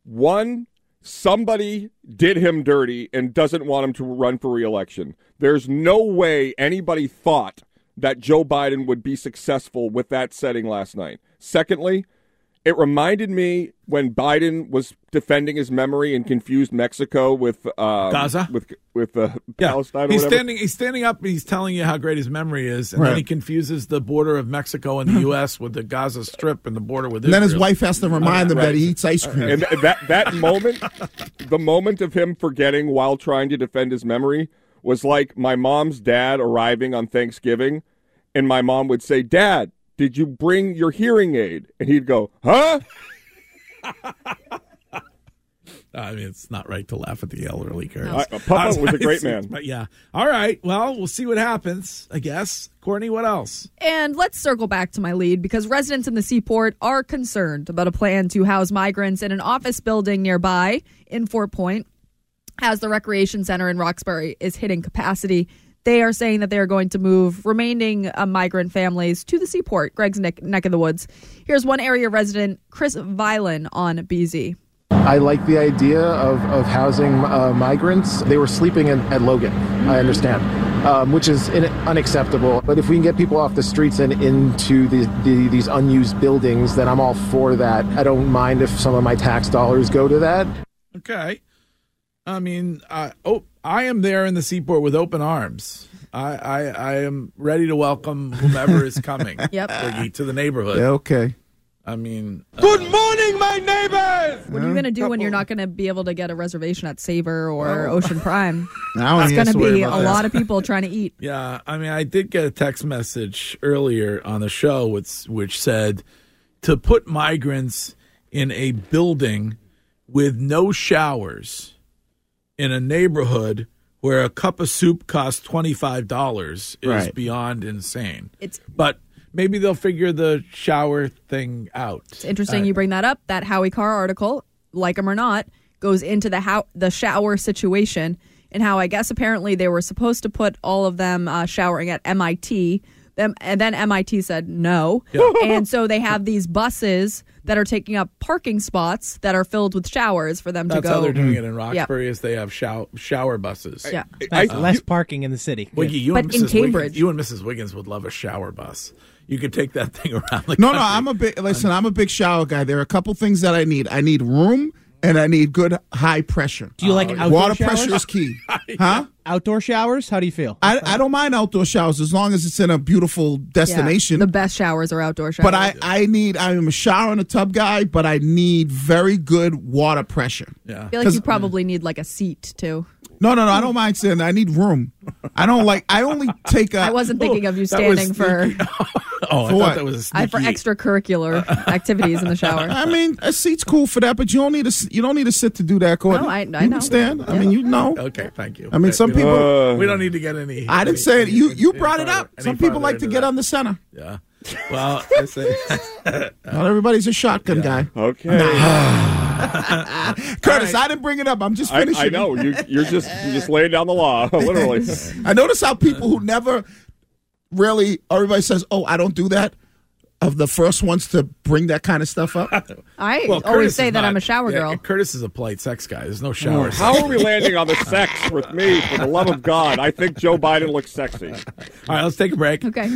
Speaker 6: One, somebody did him dirty and doesn't want him to run for reelection. There's no way anybody thought that Joe Biden would be successful with that setting last night. Secondly, it reminded me when Biden was defending his memory and confused Mexico with um,
Speaker 2: Gaza?
Speaker 6: with with uh, Palestine. or
Speaker 2: he's
Speaker 6: whatever.
Speaker 2: standing. He's standing up and he's telling you how great his memory is, and then
Speaker 6: Right.
Speaker 2: he confuses the border of Mexico and the U.S. with the Gaza Strip and the border with.
Speaker 5: And then his
Speaker 2: Israel.
Speaker 5: wife has to remind him that he eats ice cream.
Speaker 6: And th- that that moment, the moment of him forgetting while trying to defend his memory was like my mom's dad arriving on Thanksgiving, and my mom would say, "Dad, did you bring your hearing aid?" And he'd go, "Huh."
Speaker 2: I mean, it's not right to laugh at the elderly Curtis.
Speaker 6: Uh, Papa was a great man.
Speaker 2: But yeah. All right. Well, we'll see what happens. I guess. Courtney, what else?
Speaker 4: And let's circle back to my lead because residents in the seaport are concerned about a plan to house migrants in an office building nearby in Fort Point as the recreation center in Roxbury is hitting capacity. They are saying that they are going to move remaining uh, migrant families to the seaport, Greg's neck, neck of the woods. Here's one area resident, Chris Vilan, on BZ.
Speaker 16: I like the idea of, of housing uh, migrants. They were sleeping in, at Logan, I understand, um, which is in, unacceptable. But if we can get people off the streets and into the, the, these unused buildings, then I'm all for that. I don't mind if some of my tax dollars go to that.
Speaker 2: Okay. I mean, uh, oh, I am there in the seaport with open arms. I, I, I am ready to welcome whomever is coming.
Speaker 4: yep.
Speaker 2: to the neighborhood.
Speaker 5: Yeah, okay.
Speaker 2: I mean,
Speaker 7: Good morning, my neighbors!
Speaker 4: What are you going to do when you're not going to be able to get a reservation at Savor or Ocean Prime?
Speaker 2: Now
Speaker 4: it's
Speaker 2: he
Speaker 4: going
Speaker 2: has to
Speaker 4: to
Speaker 2: worry
Speaker 4: be a
Speaker 2: about that.
Speaker 4: lot of people trying to eat.
Speaker 2: Yeah, I mean, I did get a text message earlier on the show which which said to put migrants in a building with no showers in a neighborhood where a cup of soup costs twenty five dollars is
Speaker 5: Right.
Speaker 2: beyond insane.
Speaker 4: It's
Speaker 2: But maybe they'll figure the shower thing out.
Speaker 4: It's interesting you bring that up. That Howie Carr article, like him or not, goes into the how the shower situation and how I guess apparently they were supposed to put all of them uh, showering at MIT. Them and then MIT said no,
Speaker 1: Yeah.
Speaker 4: and so they have these buses that are taking up parking spots that are filled with showers for them
Speaker 2: That's
Speaker 4: to go.
Speaker 2: how they're doing it in
Speaker 4: Yeah.
Speaker 2: Roxbury is they have shower shower buses.
Speaker 4: Yeah.
Speaker 3: That's less parking in the city.
Speaker 2: Wiggy, you
Speaker 3: But
Speaker 2: and Mrs.
Speaker 3: in Cambridge-
Speaker 2: Wiggins, you and Mrs. Wiggins would love a shower bus. You could take that thing around. The
Speaker 5: No, no,
Speaker 2: country.
Speaker 5: I'm a big listen. I'm a big shower guy. There are a couple things that I need. I need room and I need good high pressure.
Speaker 3: Do you like
Speaker 2: Oh,
Speaker 3: outdoor
Speaker 5: water
Speaker 3: showers?
Speaker 5: pressure is key, huh?
Speaker 3: Outdoor showers? How do you feel?
Speaker 5: I, I don't mind outdoor showers as long as it's in a beautiful
Speaker 4: Yeah.
Speaker 5: destination.
Speaker 4: The best showers are outdoor showers.
Speaker 5: but I, I need I am a shower and a tub guy, but I need very good water pressure.
Speaker 2: Yeah,
Speaker 4: I feel like you probably need like a seat too.
Speaker 5: No, no, no. I don't mind sitting. I need room. I don't like. I only take. a-
Speaker 4: I wasn't thinking of you
Speaker 5: that was
Speaker 4: standing for
Speaker 2: Oh,
Speaker 5: For
Speaker 2: I thought
Speaker 5: what?
Speaker 2: that was a
Speaker 4: I, for extracurricular activities in the shower.
Speaker 5: I mean, a seat's cool for that, but you don't need a you don't need a sit to do that, Courtney.
Speaker 4: No, I- I
Speaker 5: you
Speaker 4: know.
Speaker 5: understand? I mean, you know.
Speaker 2: Okay, thank you.
Speaker 5: I mean, some
Speaker 2: We don't-
Speaker 5: people-
Speaker 2: we don't need to get any.
Speaker 5: I didn't say it. You you brought it up.
Speaker 2: any
Speaker 5: Some people
Speaker 2: farther
Speaker 5: like to
Speaker 2: into
Speaker 5: get
Speaker 2: that.
Speaker 5: on the center.
Speaker 2: Yeah. Well, I say.
Speaker 5: Not everybody's a shotgun guy.
Speaker 6: Okay.
Speaker 5: Curtis, I didn't bring it up. I'm just
Speaker 6: I,
Speaker 5: finishing.
Speaker 6: I know you. You're just you're just laying down the law, literally.
Speaker 5: I notice how people who never really everybody says, "Oh, I don't do that." Of the first ones to bring that kind of stuff up.
Speaker 4: I
Speaker 5: Well,
Speaker 4: always
Speaker 5: Curtis
Speaker 4: say
Speaker 5: is
Speaker 4: that
Speaker 5: not-
Speaker 4: I'm a shower
Speaker 5: yeah,
Speaker 4: girl.
Speaker 2: Curtis is a polite sex guy. There's no shower.
Speaker 6: How are we landing on the sex with me? For the love of God, I think Joe Biden looks sexy.
Speaker 2: All right, let's take a break.
Speaker 4: Okay.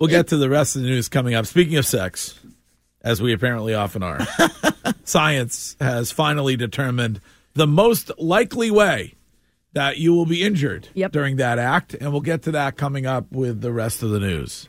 Speaker 2: We'll get to the rest of the news coming up. Speaking of sex, as we apparently often are, science has finally determined the most likely way that you will be injured during that act, and we'll get to that coming up with the rest of the news.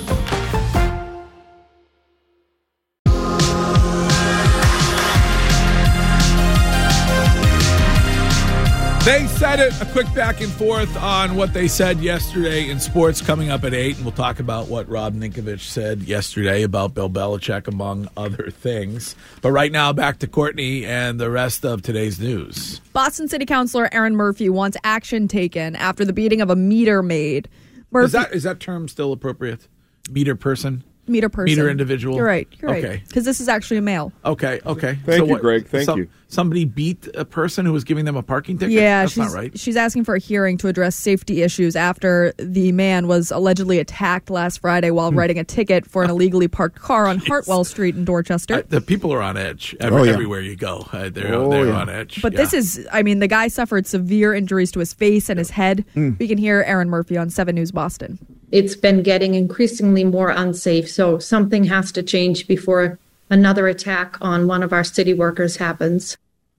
Speaker 2: They said it. A quick back and forth on what they said yesterday in sports coming up at 8. And we'll talk about what Rob Ninkovich said yesterday about Bill Belichick, among other things. But right now, back to Courtney and the rest of today's news.
Speaker 4: Boston City Councilor Aaron Murphy wants action taken after the beating of a meter maid. Murphy,
Speaker 2: Is that, is that term still appropriate? Meter person?
Speaker 4: meter person,
Speaker 2: Meter individual?
Speaker 4: You're right. You're right.
Speaker 2: Okay.
Speaker 4: Because this is actually a male.
Speaker 2: Okay, okay.
Speaker 6: Thank you, Greg. Thank you.
Speaker 2: Somebody beat a person who was giving them a parking ticket?
Speaker 4: Yeah,
Speaker 2: That's not
Speaker 4: she's,
Speaker 2: right.
Speaker 4: she's asking for a hearing to address safety issues after the man was allegedly attacked last Friday
Speaker 2: Hmm.
Speaker 4: while writing a ticket for an illegally parked car on Hartwell Street in Dorchester.
Speaker 2: The people are on edge ever,
Speaker 17: Oh, yeah.
Speaker 2: everywhere you go. Uh, they're
Speaker 17: Oh,
Speaker 2: they're
Speaker 17: yeah.
Speaker 2: on edge.
Speaker 4: But
Speaker 2: Yeah.
Speaker 4: this is, I mean, the guy suffered severe injuries to his face and his head.
Speaker 2: Mm.
Speaker 4: We can hear Aaron Murphy on 7 News Boston.
Speaker 18: it's been getting increasingly more unsafe. So something has to change before another attack on one of our city workers happens.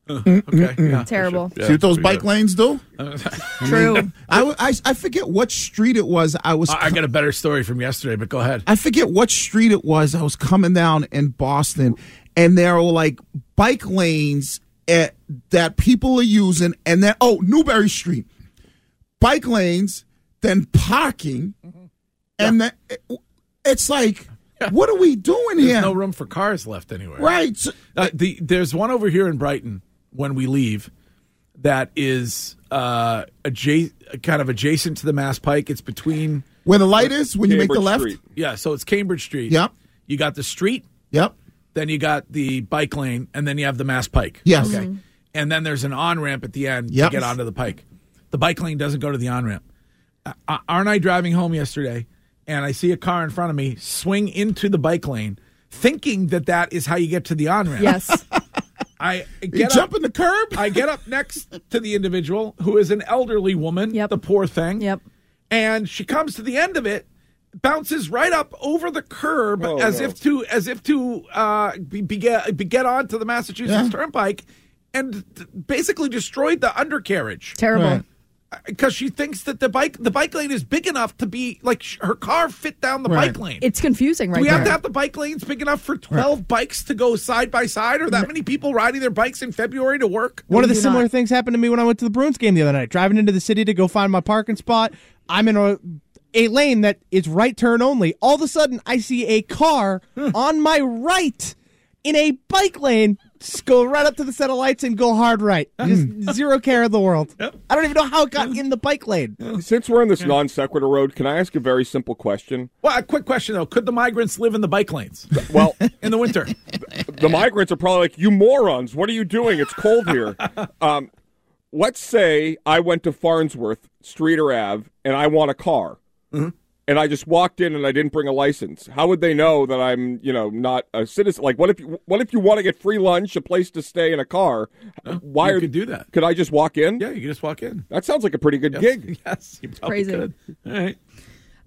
Speaker 2: okay.
Speaker 5: yeah.
Speaker 4: Terrible.
Speaker 5: See what those bike lanes do?
Speaker 4: True.
Speaker 5: I, w- I, I forget what street it was. I was.
Speaker 2: I I got a better story from yesterday, but go ahead.
Speaker 5: I forget what street it was. I was coming down in Boston, and there were like bike lanes at, that people are using, and then oh, Newberry Street, bike lanes, then parking, and then it's like, what are we doing
Speaker 2: There's
Speaker 5: here?
Speaker 2: no room for cars left anywhere.
Speaker 5: Right.
Speaker 2: Uh, the, there's one over here in Brighton when we leave that is uh, adja- kind of adjacent to the Mass Pike. It's between
Speaker 5: Where the light is when you make the Cambridge left? Street.
Speaker 2: Yeah, so it's Cambridge Street.
Speaker 5: Yep.
Speaker 2: You got the street.
Speaker 5: Yep.
Speaker 2: Then you got the bike lane, and then you have the Mass Pike.
Speaker 5: Yes.
Speaker 2: Okay. And then there's an on ramp at the end
Speaker 5: Yep.
Speaker 2: to get onto the Pike. The bike lane doesn't go to the on ramp. Uh, aren't I driving home yesterday and I see a car in front of me swing into the bike lane, thinking that that is how you get to the on ramp?
Speaker 4: Yes.
Speaker 2: I get
Speaker 5: jump
Speaker 2: up, in the curb. I get up next to the individual who is an elderly woman, the poor thing. Yep. And she comes to the end of it, bounces right up over the curb
Speaker 6: Oh,
Speaker 2: as
Speaker 6: no.
Speaker 2: if to as if to uh, be, be get, be get onto the Massachusetts Turnpike and t- basically destroyed the undercarriage.
Speaker 4: Terrible. Right.
Speaker 2: Because she thinks that the bike the bike lane is big enough to be like sh- her car fit down the bike lane.
Speaker 4: It's confusing right
Speaker 2: Do we
Speaker 4: now.
Speaker 2: have to have the bike lanes big enough for 12 bikes to go side by side or that many people riding their bikes in February to work?
Speaker 3: One of the similar things happened to me when I went to the Bruins game the other night. Driving into the city to go find my parking spot, I'm in a, a lane that is right turn only. All of a sudden, I see a car on my right in a bike lane s- go right up to the set of lights and go hard right.
Speaker 2: Hmm.
Speaker 3: Just zero care of the world. I don't even know how it got in the bike lane.
Speaker 6: Since we're on this non sequitur road, can I ask a very simple question?
Speaker 2: Well, a quick question though. Could the migrants live in the bike lanes?
Speaker 6: Well,
Speaker 2: in the winter.
Speaker 6: The migrants are probably like, you morons, what are you doing? It's cold here. um, let's say I went to Farnsworth Street or Ave and I want a car. And I just walked in and I didn't bring a license. How would they know that I'm, you know, not a citizen? Like, what if you, what if you want to get free lunch, a place to stay, and a car? Why
Speaker 2: you
Speaker 6: are
Speaker 2: could do that.
Speaker 6: Could I just walk in?
Speaker 2: Yeah, you could just walk in.
Speaker 6: That sounds like a pretty good gig.
Speaker 2: Yes, you
Speaker 4: probably Crazy. could.
Speaker 2: All right.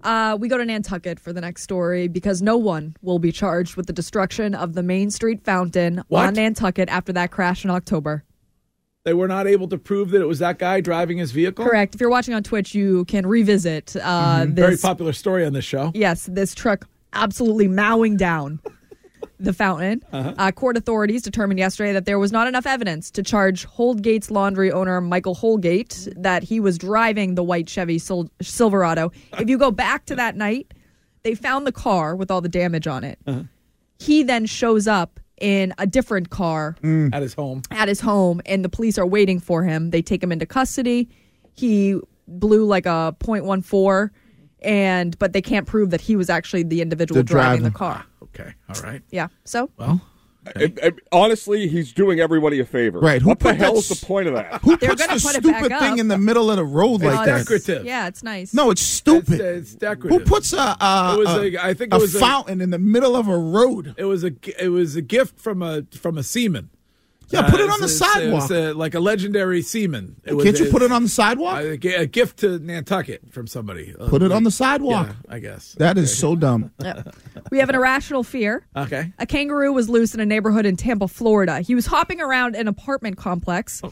Speaker 4: Uh, we go to Nantucket for the next story because no one will be charged with the destruction of the Main Street fountain
Speaker 2: What?
Speaker 4: on Nantucket after that crash in October.
Speaker 2: They were not able to prove that it was that guy driving his vehicle.
Speaker 4: Correct. If you're watching on Twitch, you can revisit uh,
Speaker 2: Mhm.
Speaker 4: this.
Speaker 2: Very popular story on this show.
Speaker 4: Yes, this truck absolutely mowing down the fountain.
Speaker 2: Uh-huh.
Speaker 4: Uh, court authorities determined yesterday that there was not enough evidence to charge Holdgate's laundry owner Michael Holgate that he was driving the white Chevy Sil- Silverado. If you go back to that night, they found the car with all the damage on it.
Speaker 2: Uh-huh.
Speaker 4: He then shows up in a different car
Speaker 2: At his home.
Speaker 4: at his home and the police are waiting for him. They take him into custody. He blew like a .14 and but they can't prove that he was actually the individual
Speaker 2: The
Speaker 4: driving
Speaker 2: driver.
Speaker 4: the car.
Speaker 2: Okay. All right.
Speaker 4: Yeah. So
Speaker 2: Well,
Speaker 6: I- I- honestly, he's doing everybody a favor.
Speaker 5: Right, who
Speaker 6: What the
Speaker 5: put that
Speaker 6: hell is
Speaker 5: s-
Speaker 6: the point of that?
Speaker 5: Who
Speaker 4: They're
Speaker 5: puts
Speaker 4: gonna
Speaker 5: the
Speaker 4: put it back
Speaker 5: stupid
Speaker 4: up.
Speaker 5: thing in the middle of the road
Speaker 4: No,
Speaker 5: like that?
Speaker 4: it's- Yeah, it's nice.
Speaker 5: No, it's stupid.
Speaker 2: uh, It's decorative.
Speaker 5: Who puts a, a,
Speaker 2: It was
Speaker 5: a,
Speaker 2: a- I think
Speaker 5: a
Speaker 2: it was a-
Speaker 5: fountain in the middle of a road?
Speaker 2: It was a g- it was a gift from a from a seaman.
Speaker 5: Yeah, put it on
Speaker 2: it's-
Speaker 5: the
Speaker 2: it's-
Speaker 5: sidewalk.
Speaker 2: It was a, like a legendary seaman. It was-
Speaker 5: Can't you put
Speaker 2: it's-
Speaker 5: it on the sidewalk?
Speaker 2: I think a gift to Nantucket from somebody. Uh,
Speaker 5: Put it on the sidewalk.
Speaker 2: yeah, I guess.
Speaker 5: That is so dumb.
Speaker 4: We have an irrational fear.
Speaker 5: Uh.
Speaker 2: Okay.
Speaker 4: A kangaroo was loose in a neighborhood in Tampa, Florida. He was hopping around an apartment complex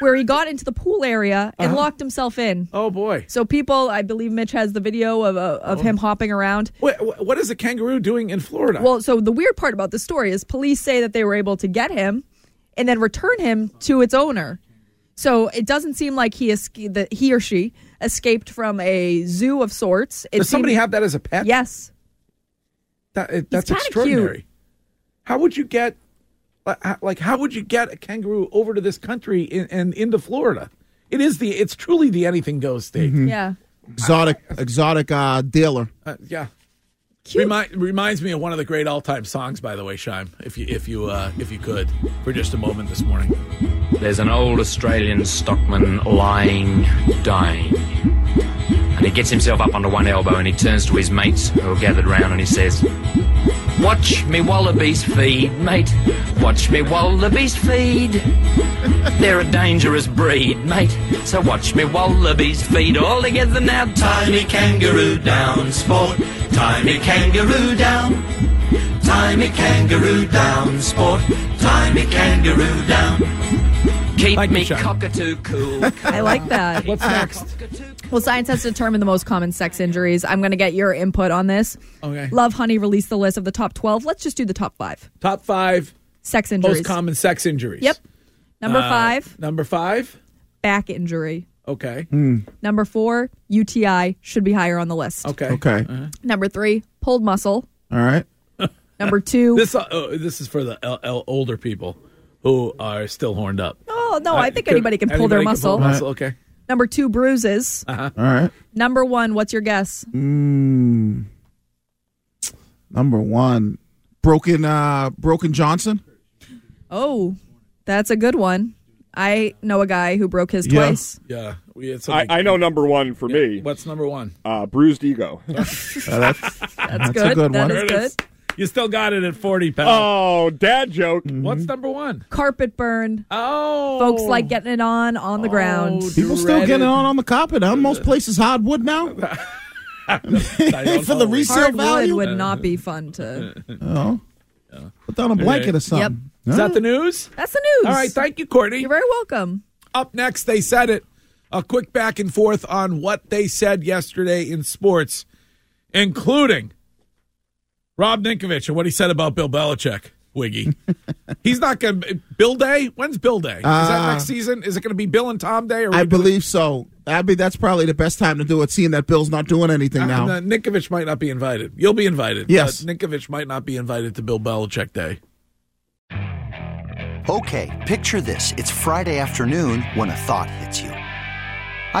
Speaker 4: where he got into the pool area and
Speaker 2: Uh-huh.
Speaker 4: locked himself in.
Speaker 2: Oh boy.
Speaker 4: So people, I believe Mitch has the video of uh,
Speaker 5: Oh.
Speaker 4: of him hopping around.
Speaker 2: Wait, wh- what is a kangaroo doing in Florida?
Speaker 4: Well, so the weird part about the story is police say that they were able to get him and then return him to its owner. So it doesn't seem like he es- that he or she escaped from a zoo of sorts. It
Speaker 2: Does somebody
Speaker 4: seemed-
Speaker 2: have that as a pet?
Speaker 4: Yes.
Speaker 2: That, it, that's
Speaker 4: kinda
Speaker 2: extraordinary.
Speaker 4: cute.
Speaker 2: How would you get, like, h- like, how would you get a kangaroo over to this country and, and into Florida? It is the, it's truly the anything goes state.
Speaker 4: Yeah.
Speaker 5: Exotic, exotic uh, dealer.
Speaker 2: Uh, yeah. Remi- reminds me of one of the great all-time songs, by the way, Shime. If you, if you, uh, if you could, for just a moment this morning.
Speaker 19: There's an old Australian stockman lying, dying. And he gets himself up onto one elbow and he turns to his mates who are gathered round and he says, Watch me wallabies feed, mate. Watch me wallabies feed. They're a dangerous breed, mate. So watch me wallabies feed all together now. Tie me kangaroo down, sport. Tie me kangaroo down. Tie me kangaroo down, sport. Tie me kangaroo down. Keep me cockatoo cool.
Speaker 4: I like that.
Speaker 2: What's next?
Speaker 4: Well, science has determined the most common sex injuries. I'm going to get your input on this.
Speaker 2: Okay.
Speaker 4: Love Honey released the list of the top 12. Let's just do the top five
Speaker 2: Top five
Speaker 4: sex injuries.
Speaker 2: most common sex injuries.
Speaker 4: Yep. Number
Speaker 2: Uh,
Speaker 4: five,
Speaker 2: Number five.
Speaker 4: back injury.
Speaker 2: Okay.
Speaker 4: Number four, UTI should be higher on the list.
Speaker 2: Okay.
Speaker 5: Okay.
Speaker 2: Uh-huh.
Speaker 4: Number three, pulled muscle.
Speaker 5: All right.
Speaker 4: Number two.
Speaker 2: This, uh, oh, this is for the el- el- older people who are still horned up.
Speaker 4: oh, no,
Speaker 2: Uh,
Speaker 4: I think
Speaker 2: could-
Speaker 4: anybody can pull their
Speaker 2: anybody
Speaker 4: muscle.
Speaker 2: muscle, Okay.
Speaker 4: Number two, bruises.
Speaker 2: Uh-huh.
Speaker 5: All right.
Speaker 4: Number one, what's your guess?
Speaker 5: Mm. Number one, broken, uh, broken Johnson.
Speaker 4: Oh, that's a good one. I know a guy who broke his twice.
Speaker 2: Yeah. We had
Speaker 6: I,
Speaker 2: something-
Speaker 6: I know number one for me.
Speaker 2: What's number one?
Speaker 6: Uh, bruised ego.
Speaker 5: Uh, that's
Speaker 4: That's, good. That is
Speaker 2: There it
Speaker 4: good.
Speaker 2: is. You still got it at 40 pounds.
Speaker 6: oh, dad joke.
Speaker 2: What's number one?
Speaker 4: Carpet burn.
Speaker 2: Oh.
Speaker 4: Folks like getting it on on the ground.
Speaker 5: People still
Speaker 2: Dreaded.
Speaker 5: getting on on the carpet. Huh? Most places hardwood now. For the resale
Speaker 4: Hardwood
Speaker 5: value.
Speaker 4: would not be fun to.
Speaker 5: Oh. Put down a blanket or something.
Speaker 2: Is that the news?
Speaker 4: That's the news.
Speaker 2: All right. Thank you, Courtney.
Speaker 4: You're very welcome.
Speaker 2: Up next, they said it. A quick back and forth on what they said yesterday in sports, including Rob Ninkovich and what he said about Bill Belichick. Wiggy, he's not going. to Bill Day. When's Bill Day? Is that
Speaker 5: Uh,
Speaker 2: next season? Is it going to be Bill and Tom Day? Or
Speaker 5: I believe so. I mean, that's probably the best time to do it, seeing that Bill's not doing anything
Speaker 2: Uh,
Speaker 5: now.
Speaker 2: no, Ninkovich might not be invited. You'll be invited.
Speaker 5: Yes.
Speaker 2: but Ninkovich might not be invited to Bill Belichick Day.
Speaker 20: Okay, picture this. It's Friday afternoon when a thought hits you. I